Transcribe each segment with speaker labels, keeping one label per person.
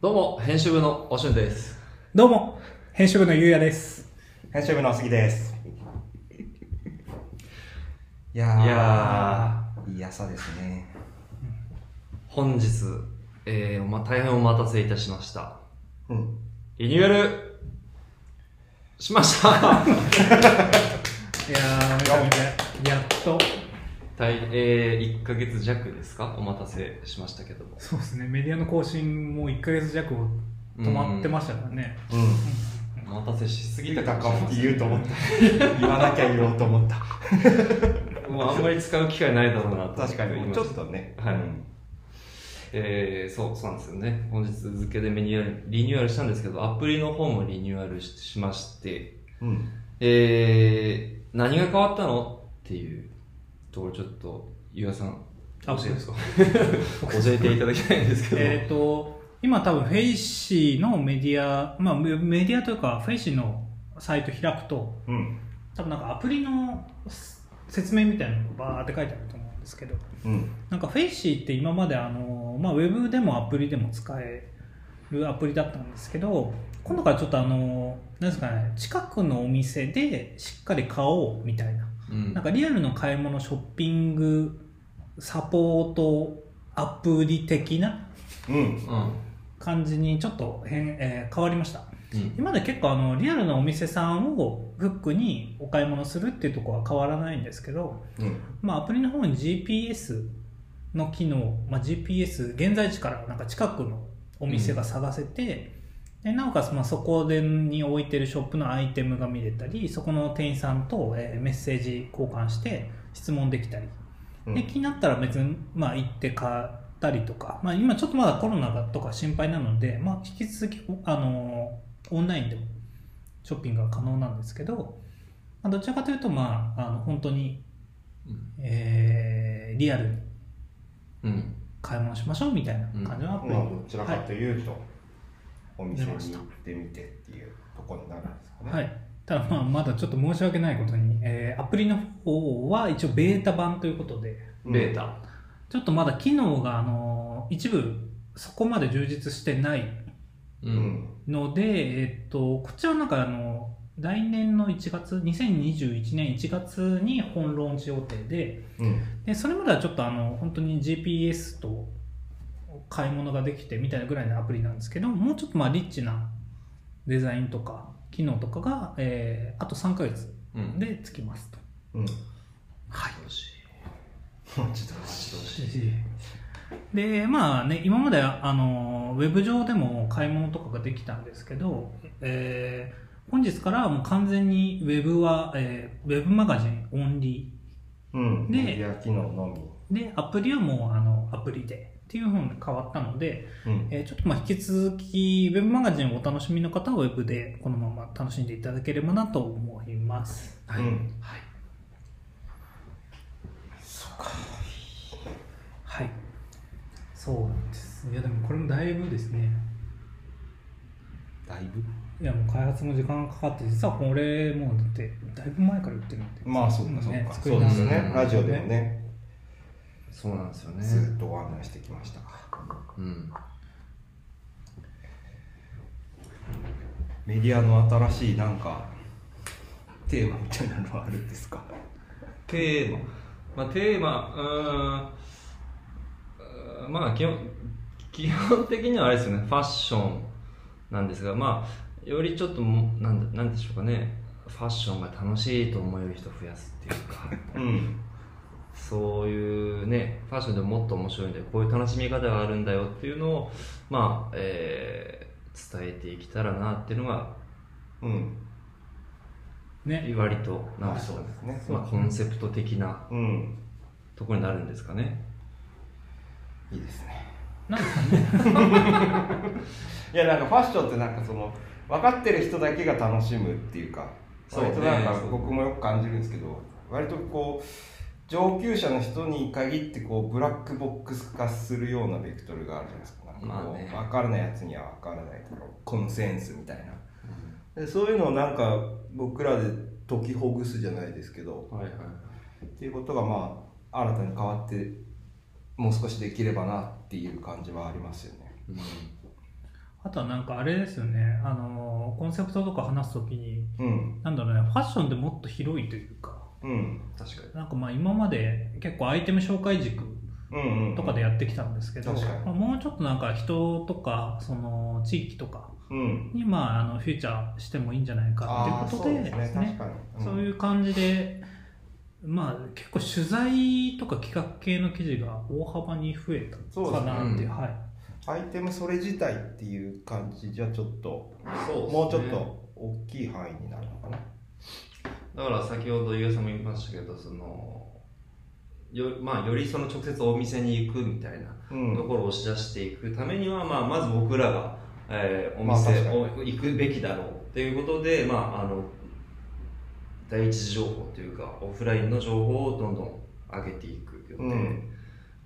Speaker 1: どうも、編集部のおしゅんです。
Speaker 2: どうも、編集部のゆうやです。
Speaker 3: 編集部の杉です。いや
Speaker 1: いや
Speaker 3: ー、いい朝ですね。
Speaker 1: 本日、えー、ま、大変お待たせいたしました。
Speaker 3: うん。
Speaker 1: リニューアル、しました
Speaker 2: いやー、めちゃめちゃ、やっと。
Speaker 1: 大えー、1ヶ月弱ですかお待たせしましたけども。
Speaker 2: そうですね、メディアの更新も1ヶ月弱止まってましたからね。
Speaker 3: うん。
Speaker 1: お待たせしすぎた
Speaker 3: 豊
Speaker 1: か
Speaker 3: か
Speaker 1: も
Speaker 3: を
Speaker 1: しれ
Speaker 3: 言うと思った。言わなきゃ言おうと思った。
Speaker 1: ない。もうあんまり使う機会ないだろうなと。
Speaker 3: 確かに、
Speaker 1: 今
Speaker 3: ちょっとね。
Speaker 1: はい
Speaker 3: うん
Speaker 1: えー、そう、そうなんですよね。本日付でメニューアルリニューアルしたんですけど、アプリの方もリニューアルししまして、
Speaker 3: うん。
Speaker 1: えー、何が変わったのっていうところちょっと、ゆうやさん、
Speaker 2: あ
Speaker 1: 教えてですか 教えていただきたいんですけど。
Speaker 2: えっ、と、今多分フェイシーのメディア、まあメメディアというか、フェイシーのサイト開くと、
Speaker 3: うん。
Speaker 2: 多分なんかアプリのす説明みたいなのがバーって書いてあると思うんですけど、
Speaker 3: うん。
Speaker 2: なんかフェイシーって今まであの、まあ、ウェブでもアプリでも使えるアプリだったんですけど今度からちょっとあのなんですかね近くのお店でしっかり買おうみたいな
Speaker 1: うん、
Speaker 2: なんかリアルの買い物ショッピングサポートアプリ的な
Speaker 3: うん。
Speaker 1: うん。
Speaker 2: 感じにちょっと変,、えー変わりました
Speaker 1: うん。
Speaker 2: 今まで結構あのリアルなお店さんをフックにお買い物するっていうところは変わらないんですけど
Speaker 3: うん。
Speaker 2: まあ、アプリの方に GPS の機能、まあ、GPS 現在地からなんか近くのお店が探せて、でなおかつまあそこでに置いてるショップのアイテムが見れたりそこの店員さんと、えーメッセージ交換して質問できたり、
Speaker 3: うん
Speaker 2: で気になったら別に、まあ、行って買ったりとか、まあ、今ちょっとまだコロナとか心配なので、まあ、引き続き、あのーオンラインでもショッピングが可能なんですけど、まあ、どちらかというと、まあ、あの本当にえーリアルに
Speaker 1: うん。
Speaker 2: 買い物しましょうみたいな感じのアプリ、
Speaker 3: まあ、どちらか
Speaker 2: は
Speaker 3: というと、お店に
Speaker 2: 出ました
Speaker 3: 行ってみてっていうところになるんですかね。
Speaker 2: い、はい、ただまあまだちょっと申し訳ないことに、えーアプリの方は一応ベータ版ということで
Speaker 3: うん
Speaker 1: ベー。タ。
Speaker 2: ちょっとまだ機能が、あのー一部そこまで充実してない
Speaker 1: うん
Speaker 3: うん。
Speaker 2: ので、えっとこっちはなんかあの来年の1月2021年1月に本ローンチ予定で
Speaker 3: うん。
Speaker 2: でそれまではちょっとあの本当に GPS と買い物ができてみたいなぐらいのアプリなんですけどもうちょっとまあリッチなデザインとか機能とかが、えーあと3ヶ月
Speaker 1: うん。
Speaker 2: でつきますと、
Speaker 3: うん。
Speaker 2: はい
Speaker 1: どうし
Speaker 3: もうちょっ
Speaker 1: どうし
Speaker 2: でまあね今まであのウェブ上でも買い物とかができたんですけど、えー本日からはもう完全にウェブは、えーウェブマガジンオンリー
Speaker 3: と。うん。
Speaker 2: で
Speaker 3: メディア機能のみ。
Speaker 2: でアプリはもうあのアプリでっていうふうに変わったので、
Speaker 3: うん。
Speaker 2: えーちょっとまあ引き続き、ウェブマガジンをお楽しみの方はウェブでこのまま楽しんでいただければなと思います。
Speaker 1: はい。
Speaker 3: うん
Speaker 1: はい。
Speaker 2: はい。そうなんです。いや、でもこれもだいぶですね。
Speaker 3: だいぶ
Speaker 2: いや、もう開発も時間がかかって、実はこれ、もうだって、だいぶ前から言ってるんで。
Speaker 3: まあ、そうか、そう
Speaker 2: ね
Speaker 3: か。
Speaker 2: 作
Speaker 3: そ
Speaker 2: り
Speaker 3: うで
Speaker 2: 直
Speaker 1: し
Speaker 3: すね。ラジオでもね。
Speaker 1: そうなんですよね。
Speaker 3: ずっとご案内してきました。
Speaker 1: うん。
Speaker 3: メディアの新しいなんかテーマみたいなのはあるんですか。
Speaker 1: テーマ。まあ、テーマ、うーん。うーんまあ、基本、基本的にはあれですよね。ファッションなんですが、まあ、よりちょっとも、なんだ、なんでしょうかね。ファッションが楽しいと思える人を増やすっていうか。
Speaker 3: うん。
Speaker 1: そういうね、ファッションでももっと面白いんだよ、こういう楽しみ方があるんだよっていうのを、まあ、えー伝えていけたらなっていうのが、
Speaker 3: うん。
Speaker 2: ね。
Speaker 1: 割と、なん
Speaker 3: ま
Speaker 1: で
Speaker 3: あ
Speaker 1: しょ
Speaker 3: そうう
Speaker 1: ね、
Speaker 3: ですね。
Speaker 1: まあ、コンセプト的な
Speaker 3: うん。
Speaker 1: ところになるんですかね。
Speaker 3: いいですね。
Speaker 2: なんですかね。
Speaker 3: いやなんかファッションってなんかその分かってる人だけが楽しむっていうか、
Speaker 1: そうね
Speaker 3: 割となんか
Speaker 1: そう
Speaker 3: 僕もよく感じるんですけど、割とこう上級者の人に限ってこうブラックボックス化するようなベクトルがあるじゃないですか。なんかこ
Speaker 1: まあ
Speaker 3: う、
Speaker 1: ね
Speaker 3: 分からないやつには分からないとかコンセンスみたいな。でそういうのをなんか僕らで解きほぐすじゃないですけど
Speaker 1: はいはい。
Speaker 3: っていうことがまあ新たに変わってもう少しできればなっていう感じはありますよね。
Speaker 1: うん、
Speaker 2: とはなんかあれですよね、あの、コンセプトとか話すときに、
Speaker 3: うん
Speaker 2: なんだろうね、ファッションってもっと広いというか、
Speaker 3: うん
Speaker 1: 確かに
Speaker 2: なんかまあ今まで結構アイテム紹介軸
Speaker 3: うんうん
Speaker 2: とかでやってきたんですけど、
Speaker 3: 確かに
Speaker 2: まあもうちょっとなんか人とか、その地域とか
Speaker 3: うん
Speaker 2: にまああのフューチャーしてもいいんじゃないか
Speaker 3: ああ
Speaker 2: っていうこと
Speaker 3: そう
Speaker 2: で
Speaker 3: ですね確かに、うん、
Speaker 2: そういう感じで、まあ結構取材とか企画系の記事が大幅に増えた
Speaker 3: そうで
Speaker 2: か
Speaker 3: すね
Speaker 2: なってい
Speaker 1: う
Speaker 2: う、
Speaker 1: ん
Speaker 2: はい。
Speaker 3: アイテムそれ自体っていう感じじゃちょっと
Speaker 1: そうですね
Speaker 3: もうちょっと大きい範囲になるのかな
Speaker 1: だから先ほどゆうさんも言いましたけどそのよ,、まあ、よりその直接お店に行くみたいな
Speaker 3: うん
Speaker 1: ところを押し出していくためには、まあ、まず僕らが、えーお
Speaker 3: まあ
Speaker 1: 店
Speaker 3: 確
Speaker 1: を行くべきだろうっていうことで、まあ、あの第一次情報というかオフラインの情報をどんどん上げていく予定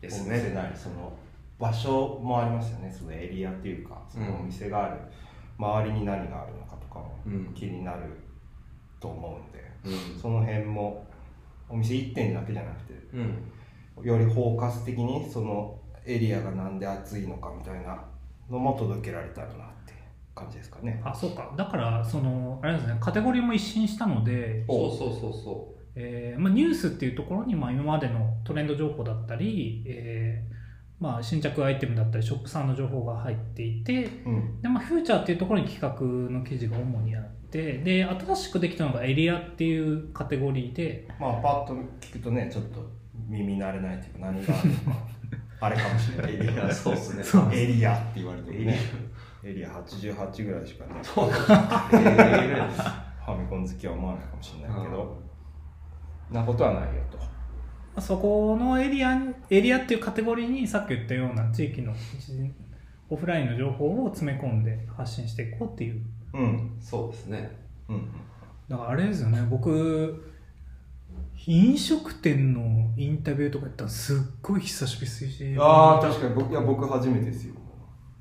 Speaker 1: です
Speaker 3: お店
Speaker 1: ね。
Speaker 3: なりその場所もありますよねそのエリアっていうかそのお店がある、周りに何があるのかとかも
Speaker 1: うん
Speaker 3: 気になると思うんで、
Speaker 1: うん
Speaker 3: その辺もお店1点だけじゃなくて
Speaker 1: うん
Speaker 3: より包括的にそのエリアがなんで暑いのかみたいなのも届けられたらなって感じですかね
Speaker 2: あ、そうか。だから、その、あれですね、カテゴリーも一新したので、
Speaker 1: そうそうそうそ
Speaker 2: えーまあ、ニュースっていうところに、まあ、今までのトレンド情報だったり、えーまあ、新着アイテムだったりショップさんの情報が入っていて
Speaker 3: うん
Speaker 2: で、まあ、フューチャーっていうところに企画の記事が主にあってで新しくできたのがエリアっていうカテゴリーで
Speaker 3: まあパッと聞くとねちょっと耳慣れないというか何があるのかあれかもしれないエリ ア
Speaker 1: そうっすね
Speaker 2: そう
Speaker 3: エリアって言われても
Speaker 1: エリ
Speaker 3: ねエリア88ぐらいしかね
Speaker 1: う。そうか。えー
Speaker 3: ファミコン好きは思わないかもしれないけどなことはないよと
Speaker 2: まあそこのエリアエリアっていうカテゴリーにさっき言ったような地域の一時オフラインの情報を詰め込んで発信していこうっていう
Speaker 3: うん
Speaker 1: そうですね。
Speaker 3: うん
Speaker 2: だからあれですよね僕飲食店のインタビューとかやったらすっごい久しぶりです
Speaker 3: ああ確かに僕いや僕初めてですよ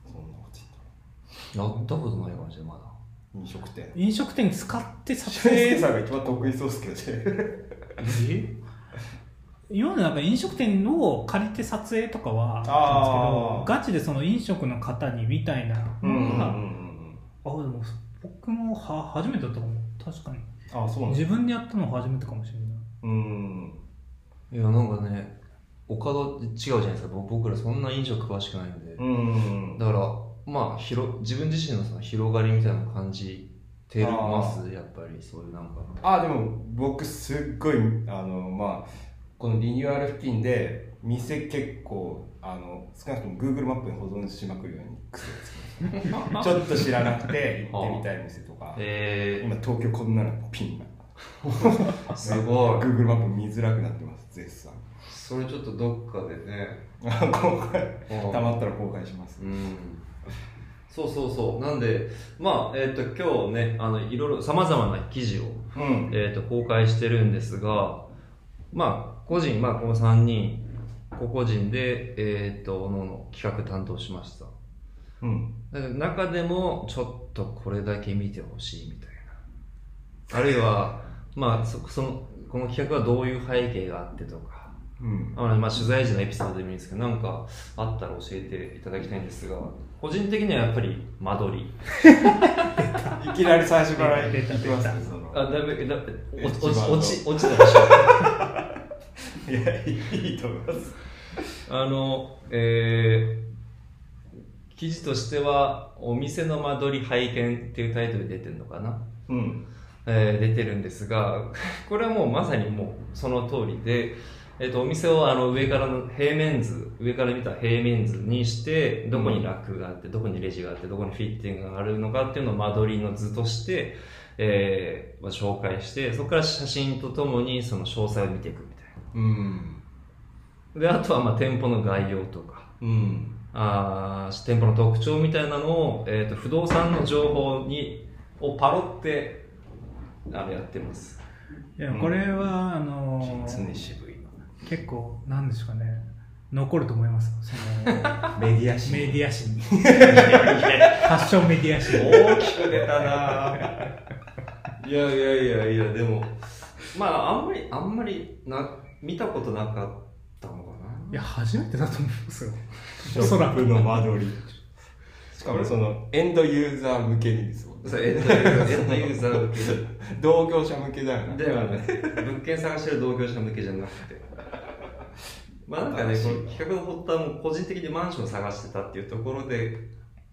Speaker 3: そんなこと言った
Speaker 1: やったことないかもしれない、まだ。
Speaker 3: ら飲食店
Speaker 2: 飲食店使って撮
Speaker 3: 俊介
Speaker 2: 影
Speaker 3: さんが一番得意そうですけどね
Speaker 2: え今までなんか飲食店を借りて撮影とかはあったんですけどガチでその飲食の方にみたいな
Speaker 3: うんうんうん
Speaker 2: のが、
Speaker 3: うん
Speaker 2: あでも僕もは初めてだったかも確かに
Speaker 3: ああそうなんだ
Speaker 2: 自分でやったのは初めてかもしれない
Speaker 3: うん
Speaker 1: いや、なんかね、岡田違うじゃないですか。僕僕らそんな飲食詳しくないので。
Speaker 3: うん
Speaker 1: だから、まあ、広、自分自身のその広がりみたいなの感じてます、やっぱり。そういうなんか。
Speaker 3: あでも僕すっごいあのまあこのリニューアル付近で店結構あの少なくとも Google マップに保存しまくるように癖をつけてます ちょっと知らなくて行ってみたい店とか
Speaker 1: え
Speaker 3: 今東京こんなのピンが
Speaker 1: ー、すごい。
Speaker 3: Google マップ見づらくなってます絶賛
Speaker 1: それちょっとどっかでね。
Speaker 3: 公開
Speaker 1: うん
Speaker 3: たまったら公開します
Speaker 1: うんそうそうそう。なんで、まあ、えっ、と、今日ね、あの、いろいろ様々な記事を
Speaker 3: うん
Speaker 1: えー、と公開してるんですが、まあ、個人、まあ、この3人、個々人で、えー、と各々企画担当しました。
Speaker 3: うん
Speaker 1: だけど中でも、ちょっとこれだけ見てほしいみたいな。あるいは、まあ、そその、この企画はどういう背景があってとか、
Speaker 3: うん
Speaker 1: あのまあ、取材時のエピソードでもいいんですけど、なんかあったら教えていただきたいんですが、個人的にはやっぱり間取り。
Speaker 3: いきなり最初から
Speaker 2: 出
Speaker 3: 行き
Speaker 2: た
Speaker 3: ます
Speaker 2: 出た
Speaker 3: ねその
Speaker 1: あ、だめ、だめ、落ち、
Speaker 3: 一番の
Speaker 1: 落ち、落ちてました。
Speaker 3: いやいいと思います
Speaker 1: あの、えー記事としては、お店の間取り拝見っていうタイトルで出てるのかな、
Speaker 3: うん
Speaker 1: えー出てるんですが、 これはもうまさにもうその通りで、えっ、と、お店をあの上からの平面図、上から見た平面図にして、どこにラックがあって、どこにレジがあって、どこにフィッティングがあるのかっていうのを間取りの図として、えーまあ紹介して、そこから写真とともにその詳細を見ていくみたい
Speaker 3: うん
Speaker 1: な。で、あとはまあ店舗の概要とか、
Speaker 3: うん
Speaker 1: あー店舗の特徴みたいなのを、えー、と不動産の情報にをパロってあのやってます
Speaker 2: いやこれは、あのー
Speaker 3: 実に渋い
Speaker 2: 結構なんですかね残ると思いますその
Speaker 3: メディア
Speaker 2: メディア誌 にファッションメディア誌に
Speaker 1: 大きく出た ないやいやいやいやでもまああんまりあんまりな見たことなかったのかない
Speaker 2: や初めてだと思いますよ
Speaker 3: ショップの間取り。
Speaker 1: し
Speaker 3: かもそのエンドユーザー向けにですもんね
Speaker 1: そうエンドユーザーエンドユーザー向
Speaker 3: 同業者向けだよ
Speaker 1: け
Speaker 3: ね
Speaker 1: ではなく物件探してる同業者向けじゃなくてまあなんかねこの企画の発端も個人的にマンション探してたっていうところで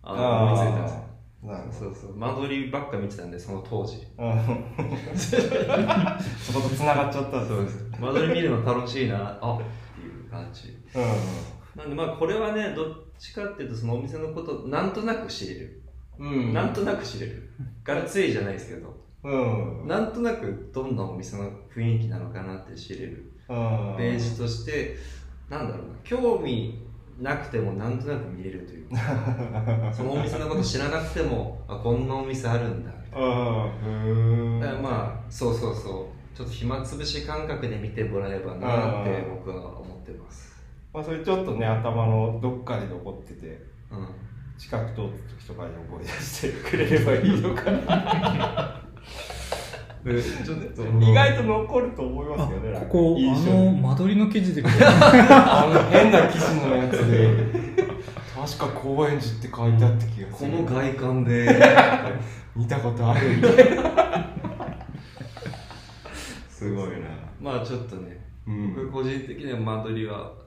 Speaker 1: あの思いついたんですよ
Speaker 3: あーなるほど
Speaker 1: そうそう間取りばっか見てたんでその当時
Speaker 3: うんそこと繋がっちゃった
Speaker 1: そうです間取り見るの楽しいなあっていう感じ
Speaker 3: うん
Speaker 1: なんでまあこれはねどっちかっていうとそのお店のことなんとなく知れる、
Speaker 3: うん
Speaker 1: なんとなく知れるがっつりじゃないですけど
Speaker 3: うん
Speaker 1: なんとなくどんなお店の雰囲気なのかなって知れる
Speaker 3: うん
Speaker 1: ペー ジとしてなんだろうな興味なくてもなんとなく見れるというかそのお店のこと知らなくてもあこんなお店あるんだみたい
Speaker 3: うん
Speaker 1: なだからまあそうそうそうちょっと暇つぶし感覚で見てもらえばなって僕は思ってます
Speaker 3: まあそれちょっとね頭のどっかで残ってて
Speaker 1: うん
Speaker 3: 近く通った時とかに思い出してくれればいいのかな
Speaker 1: ちょっと
Speaker 3: 意外と残ると思いま
Speaker 2: あ
Speaker 3: すよねなんか
Speaker 2: ここ
Speaker 3: 印
Speaker 2: あ
Speaker 3: 象
Speaker 2: の
Speaker 3: に
Speaker 2: 間取りの記事で
Speaker 3: あの変な記事のやつで確か高円寺って書いてあった気がす
Speaker 1: こ
Speaker 3: る
Speaker 1: の外観で
Speaker 3: 見たことあるみたいなすごいな
Speaker 1: まあちょっとね
Speaker 3: う
Speaker 1: 僕
Speaker 3: ん、
Speaker 1: 個人的には間取りは好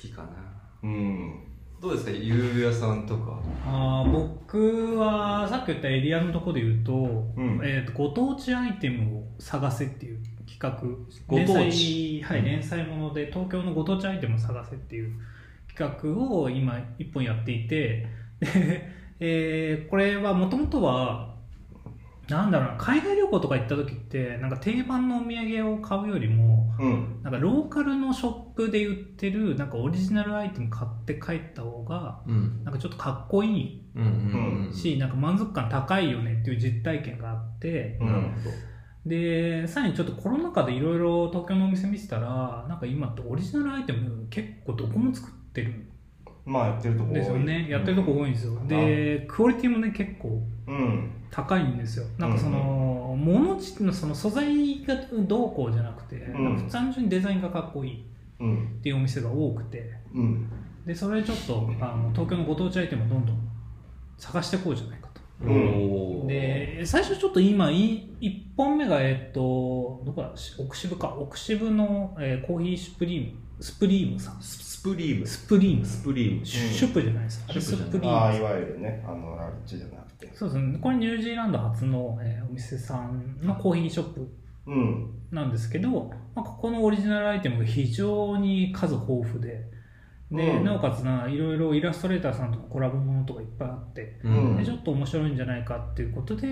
Speaker 1: きかな
Speaker 3: うん、
Speaker 1: どうですかゆうやさんとか
Speaker 2: あー僕はさっき言ったエリアのところで言うと,、
Speaker 3: ん
Speaker 2: えー、とご当地アイテムを探せっていう企画
Speaker 1: ご
Speaker 2: 連
Speaker 1: 当地
Speaker 2: 載,、はい、連載もので東京のご当地アイテムを探せっていう企画を今一本やっていてで、 えーこれはもともとはなんだろうな海外旅行とか行った時ってなんか定番のお土産を買うよりも
Speaker 3: うん、
Speaker 2: なんかローカルのショップで売ってるなんかオリジナルアイテム買って帰った方が
Speaker 1: うん
Speaker 2: なんかちょっとかっこいい
Speaker 1: うんうんうん
Speaker 2: し、なんか満足感高いよねっていう実体験があって、
Speaker 3: うん
Speaker 1: なるほど
Speaker 2: でさらにちょっとコロナ禍でいろいろ東京のお店見てたらなんか今ってオリジナルアイテム結構どこも作ってるん
Speaker 3: まあやってるとこ多い
Speaker 2: ですよねやってるとこ多いんですよ
Speaker 3: ん
Speaker 2: でクオリティもね結構
Speaker 3: うん
Speaker 2: 高いんですよなんかその、物自のその素材がどうこうじゃなくて、
Speaker 3: ん
Speaker 2: なんか単純にデザインがかっこいい
Speaker 3: うん
Speaker 2: っていうお店が多くて
Speaker 3: うん
Speaker 2: でそれちょっとあの東京のご当地アイテムをどんどん探していこうじゃないかと
Speaker 3: うん
Speaker 1: おー
Speaker 2: で最初ちょっと今い1本目がえっとどこだし奥渋か奥渋の、えーコーヒーシュプリームスプリームさん
Speaker 1: ススプリームス
Speaker 2: スプリームさん
Speaker 1: プリーム
Speaker 2: シュシュプじゃないですかあれ
Speaker 1: シ
Speaker 2: ス
Speaker 1: ュプじゃない
Speaker 2: プリーム
Speaker 3: ああいわゆるねあのラッチじゃなくて
Speaker 2: そうですねこれニュージーランド初の、えーお店さんのコーヒーショップ
Speaker 3: うん
Speaker 2: なんですけど、まあ、ここのオリジナルアイテムが非常に数豊富でで、
Speaker 3: うん
Speaker 2: なおかつないろいろイラストレーターさんとかコラボものとかいっぱいあって
Speaker 1: う
Speaker 3: うん
Speaker 2: で
Speaker 1: ん
Speaker 2: ちょっと面白いんじゃないかっていうことで、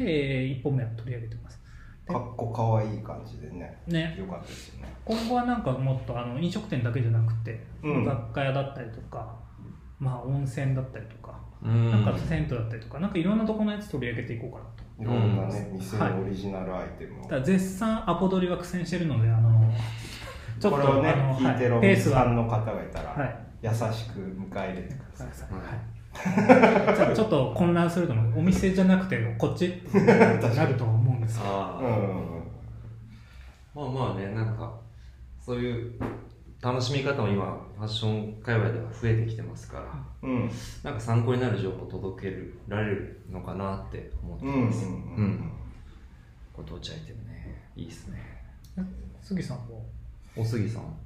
Speaker 2: え1本目は取り上げてます
Speaker 3: かっこかわいい感じでね
Speaker 2: ね
Speaker 3: よかったですよね
Speaker 2: 今後はなんかもっとあの飲食店だけじゃなくて、
Speaker 3: うん
Speaker 2: 雑貨屋だったりとか、まあ、温泉だったりとか、
Speaker 1: うん
Speaker 2: なんか銭湯だったりとかなんかいろんなところのやつ取り上げていこうかなと
Speaker 3: いろんなね、
Speaker 2: うん
Speaker 3: 店のオリジナルアイテムを、
Speaker 2: ただ絶賛アポ取りは苦戦してるので あのちょっ
Speaker 3: ことれをね
Speaker 2: あの
Speaker 3: 聞いてる
Speaker 2: は
Speaker 3: お
Speaker 2: い、ペー
Speaker 3: 客
Speaker 2: ス
Speaker 3: さ
Speaker 2: は、
Speaker 3: んの方がいた
Speaker 2: は
Speaker 3: ら
Speaker 2: い
Speaker 3: 優しく迎え入れてください、
Speaker 2: はい、じゃあちょっと混乱すると思うお店じゃなくてこっ ちってなると思うんですけど
Speaker 1: あ
Speaker 3: う
Speaker 1: ー
Speaker 3: ん
Speaker 1: まあまあねなんかそういう楽しみ方も今ファッション界隈では増えてきてますから
Speaker 3: うん
Speaker 1: なんか参考になる情報届けられるのかなって思って
Speaker 3: うんうん
Speaker 1: ます
Speaker 3: う
Speaker 1: うんんご当地アイテムねいいっすね
Speaker 2: 杉さんも
Speaker 1: おすぎさん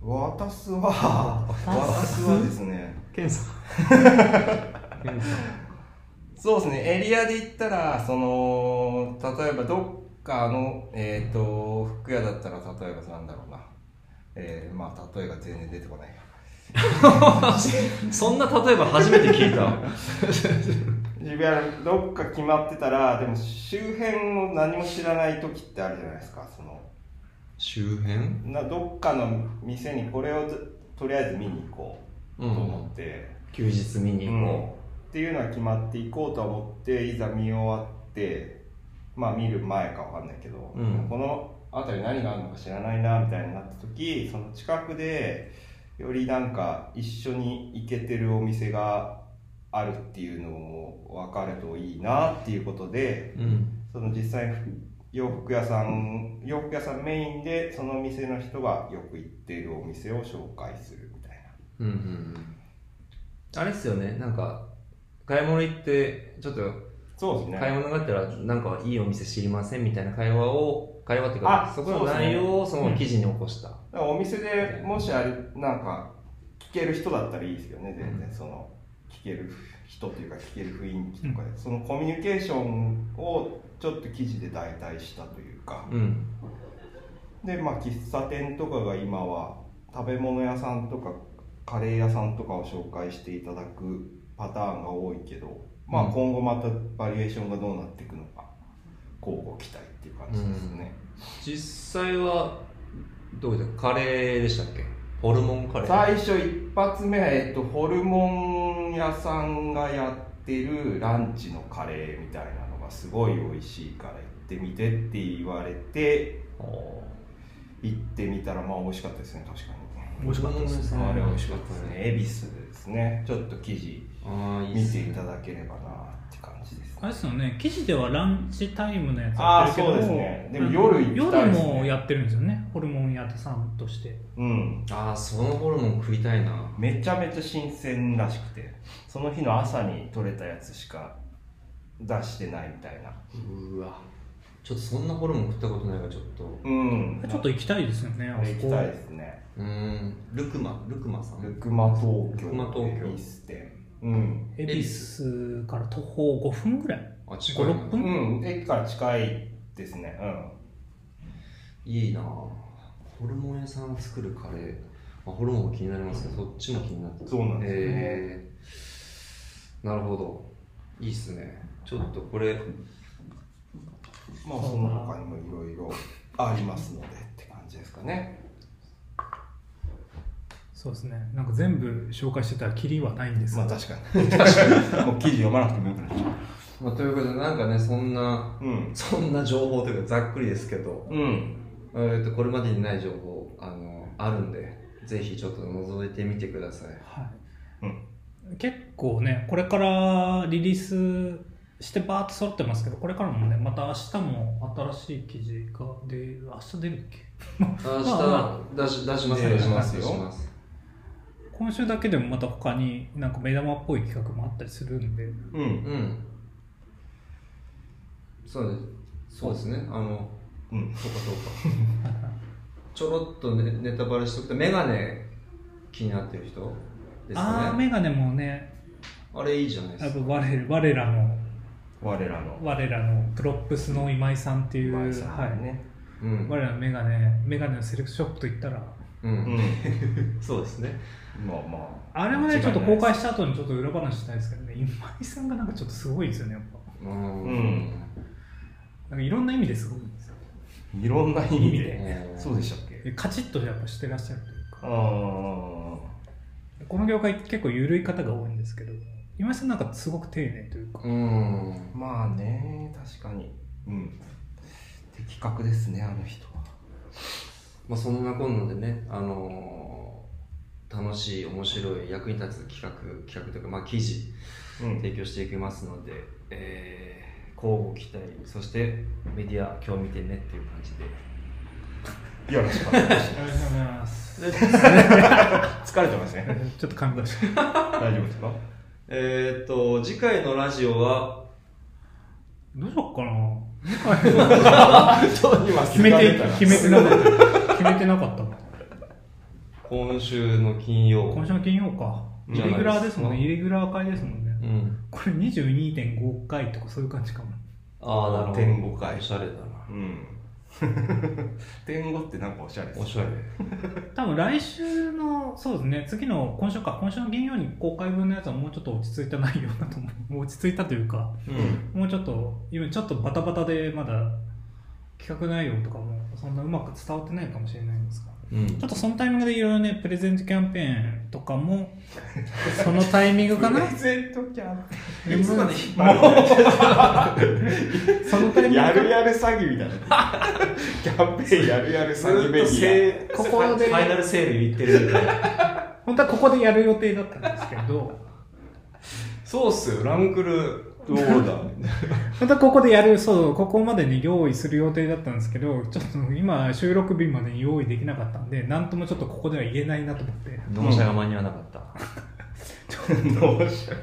Speaker 3: 私は私はですね
Speaker 1: ケンさん ケンさん
Speaker 3: そうですねエリアで言ったらその例えばどっかのえっ、と服屋だったら例えばなんだろうなえー、まあ例えが全然出てこない
Speaker 1: そんな例えば初めて聞いた。
Speaker 3: 渋谷のどっか決まってたらでも周辺を何も知らない時ってあるじゃないですかその
Speaker 1: 周辺
Speaker 3: などっかの店にこれをずとりあえず見に行こうと思って、
Speaker 1: 休日見に行こ
Speaker 3: っていうのは決まっていこうとは思っていざ見終わってまあ見る前かわかんないけど、
Speaker 1: うん
Speaker 3: この辺り何があるのか知らないなみたいになった時その近くでよりなんか一緒に行けてるお店があるっていうのも分かるといいなっていうことで
Speaker 1: う。うん。
Speaker 3: その実際洋服屋さん洋服屋さんメインでその店の人がよく行っているお店を紹介するみたいな。
Speaker 1: うんうんうん。あれっすよね、なんか、
Speaker 4: 買い物行って、ちょっと
Speaker 3: そうですね。
Speaker 4: 買い物があったら、なんかいいお店知りませんみたいな会話を、会話っていうか
Speaker 3: あ、
Speaker 4: そこの
Speaker 3: そうですね
Speaker 4: 内容をその記事に起こした。
Speaker 3: だからお店でもしあれなんか聞ける人だったらいいですけどね全然その聞ける人というか聞ける雰囲気とかで、そのコミュニケーションをちょっと記事で代替したというか
Speaker 4: うん。
Speaker 3: でまあ喫茶店とかが今は食べ物屋さんとかカレー屋さんとかを紹介していただくパターンが多いけどまあ
Speaker 4: うん
Speaker 3: 今後またバリエーションがどうなっていくのか交互期待っていう感じですね、
Speaker 4: 実際は、どうでカレーでしたっけホルモンカレー。
Speaker 3: 最初一発目は、えっと、ホルモン屋さんがやってるランチのカレーみたいなのがすごい美味しいから行ってみてって言われて
Speaker 4: おー
Speaker 3: 行ってみたらまあ美味しかったですね確かに
Speaker 2: 美味しかったです
Speaker 1: す
Speaker 3: あれ美味しかったですね恵比寿ですねちょっと記事
Speaker 1: ああ、いい
Speaker 3: 見
Speaker 1: ってす
Speaker 3: い
Speaker 1: ね
Speaker 3: ただければなって感じです
Speaker 2: あれですよね、記事ではランチタイムのやつ
Speaker 3: あ
Speaker 2: や
Speaker 3: あ
Speaker 2: ってるけど、
Speaker 3: そうですねでも夜行きたい
Speaker 2: 夜
Speaker 3: ですね
Speaker 2: もやってるんですよね、ホルモン屋さんとして。
Speaker 3: うん
Speaker 1: ああ、そのホルモン食いたいな。
Speaker 3: めちゃめちゃ新鮮らしくてその日の朝に取れたやつしか出してないみたいな
Speaker 1: うわ。ちょっとそんなホルモン食ったことないから、ちょっと。
Speaker 3: うん
Speaker 2: ちょっと行きたいですよね、あそ
Speaker 3: 行き
Speaker 2: こ。
Speaker 3: たいですね
Speaker 1: うーん、ルクマ、ルクマさん。
Speaker 3: ルクマ東京
Speaker 1: ルクマ東京
Speaker 3: 恵比寿店うん、
Speaker 2: 恵比寿から徒歩5分ぐらい。
Speaker 1: あ、
Speaker 2: 5、6分
Speaker 3: うん、駅から近いですねう
Speaker 1: いいなぁホルモン屋さんが作るカレー、まあ、ホルモンも気になりますけどそっちも気になって
Speaker 3: んそうなんですね、
Speaker 1: えー、なるほどいいっすねちょっとこれ
Speaker 3: まあその他にもいろいろありますのでって感じですかね
Speaker 2: そうですね、なんか全部紹介してたら、キリはないんです
Speaker 3: まあ
Speaker 2: が、
Speaker 3: 確かに 確かにもう記事読まなくてもよくなっちゃ
Speaker 1: まあ、ということでなんかねそんな
Speaker 3: ううん
Speaker 1: そんな情報というかざっくりですけど、
Speaker 3: うん
Speaker 1: えー、とこれまでにない情報あのあるんでぜひちょっと覗いてみてください
Speaker 2: は
Speaker 3: う
Speaker 2: い、結構ね、これからリリースしてバーッと揃ってますけど、これからもね、また明日も新しい記事が出る、明日出るっけ
Speaker 1: 明日、
Speaker 2: まあ
Speaker 1: 出し出します
Speaker 3: ね
Speaker 1: 出します
Speaker 3: 出
Speaker 1: 出
Speaker 3: し
Speaker 1: し
Speaker 3: ま
Speaker 1: ます
Speaker 2: 今週だけでもまた他になんか目玉っぽい企画もあったりするんで、
Speaker 3: うん
Speaker 1: うんそうですそうですねあの
Speaker 3: うん
Speaker 1: そうかそうかちょろっとねネタバレしとくとメガネ気になってる人です
Speaker 2: ああ、
Speaker 1: ね
Speaker 2: メガネもね、
Speaker 1: あれいいじゃないで
Speaker 2: やっ
Speaker 1: す
Speaker 2: ぱ
Speaker 1: か
Speaker 2: 我我らの、
Speaker 3: 我らの
Speaker 2: 我らのプロップスの今井さんっていう、
Speaker 3: 前さん
Speaker 2: はい、
Speaker 3: ね、
Speaker 1: うん、
Speaker 2: 我らのメガネ、メガネのセレクトショップといったら、
Speaker 1: う、
Speaker 3: うんん
Speaker 1: そうですね
Speaker 3: まあまあ
Speaker 2: あれもね、ちょっと公開
Speaker 3: し
Speaker 2: した後にちょっと裏話したいですけどね、今井さんがなんかちょっとすごいんですよね、やっぱ。
Speaker 1: うん、
Speaker 3: うん
Speaker 2: なんかいろんな意味ですごいんですよ。
Speaker 3: いろんな意味で
Speaker 1: えー
Speaker 3: そうでしたっけ
Speaker 2: でカチッとやっぱしてらっしゃるというか、
Speaker 3: ああ
Speaker 2: この業界結構緩い方が多いんですけど、今井さんなんかすごく丁寧というか、
Speaker 1: うん
Speaker 3: まあね確かにうん的確ですねあの人は
Speaker 1: まあそんなこんなでねあのー楽しい面白い役に立つ企画企画というかまあ記事
Speaker 3: うん
Speaker 1: 提供していきますので、えー、交互期待そしてメディア今日見てねっていう感じで
Speaker 3: よろしくお願いします
Speaker 2: ありがとうござい ます。
Speaker 3: 疲れてますね
Speaker 2: ちょっと感動した。
Speaker 3: 大丈夫ですか
Speaker 1: えー、っと次回のラジオは
Speaker 2: どうしよっかな
Speaker 3: 今
Speaker 2: 決めて、決めてなかった。決めてなかったな。
Speaker 1: 今週の金曜
Speaker 2: 今週の金曜か。
Speaker 1: うん
Speaker 2: イレギュラーですもんね。
Speaker 1: じ
Speaker 2: イレギュラー会ですもんね。
Speaker 1: うん
Speaker 2: これ22.5回とかそういう感じかも。
Speaker 1: ああなるほど
Speaker 3: 天狗会
Speaker 1: おしゃれだな
Speaker 3: うん天狗ってなんかおしゃれです
Speaker 1: おしゃれ
Speaker 2: 多分来週の、そうですね、次の、今週か、今週の金曜に公開分のやつはもうちょっと落ち着いた内容だと思う。もう落ち着いたというか、
Speaker 1: うん
Speaker 2: もうちょっと、今ちょっとバタバタでまだ企画内容とかもそんなうまく伝わってないかもしれないんですが。
Speaker 1: うん
Speaker 2: ちょっとそのタイミングでいろいろね、プレゼントキャンペーンとか も、そのタイミングかな
Speaker 3: プレゼントキャン
Speaker 2: いつまで
Speaker 3: 引っ張
Speaker 2: そのタイミング
Speaker 3: や
Speaker 2: か
Speaker 3: るやる詐欺みたいなキャンペーンやるやる詐欺メディ
Speaker 2: ここで
Speaker 1: ファイナルセール言ってるみたいな
Speaker 2: 本当はここでやる予定だったんですけど、
Speaker 1: そうっすよランクル
Speaker 3: アどうだ
Speaker 2: 本当はここでやる、そう、ここまでに用意する予定だったんですけど、ちょっと今、収録日までに用意できなかったんで、なんともちょっとここでは言えないなと思って、
Speaker 1: 納車が間に合わなかった、
Speaker 3: どうしよ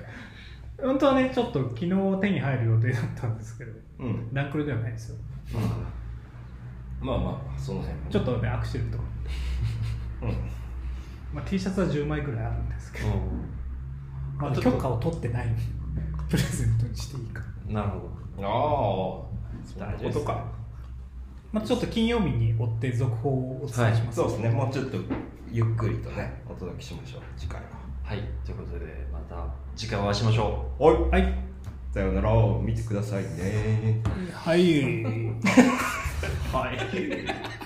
Speaker 3: う
Speaker 2: 本当はね、ちょっと昨日手に入る予定だったんですけど、
Speaker 3: うん
Speaker 2: ランクルではないですよ。
Speaker 3: まあまあその辺
Speaker 2: ちょっとね、アクシデントが。
Speaker 3: うん
Speaker 2: まあ、T シャツは10枚くらいあるんですけど、まだ
Speaker 1: ちょっと
Speaker 2: 許可を取ってない んでプレゼントにしていいか。
Speaker 1: なるほど
Speaker 3: あ
Speaker 1: 大
Speaker 3: あ
Speaker 1: 丈夫です
Speaker 3: ことか
Speaker 2: まあ、ちょっと金曜日に追って続報をお伝えします。
Speaker 3: そうですねもうちょっとゆっくりとねお届けしましょう次回は
Speaker 1: はいということでまた次回お会いしましょう
Speaker 3: はい
Speaker 2: はい。
Speaker 3: さようなら見てくださいね
Speaker 2: はい。
Speaker 1: はい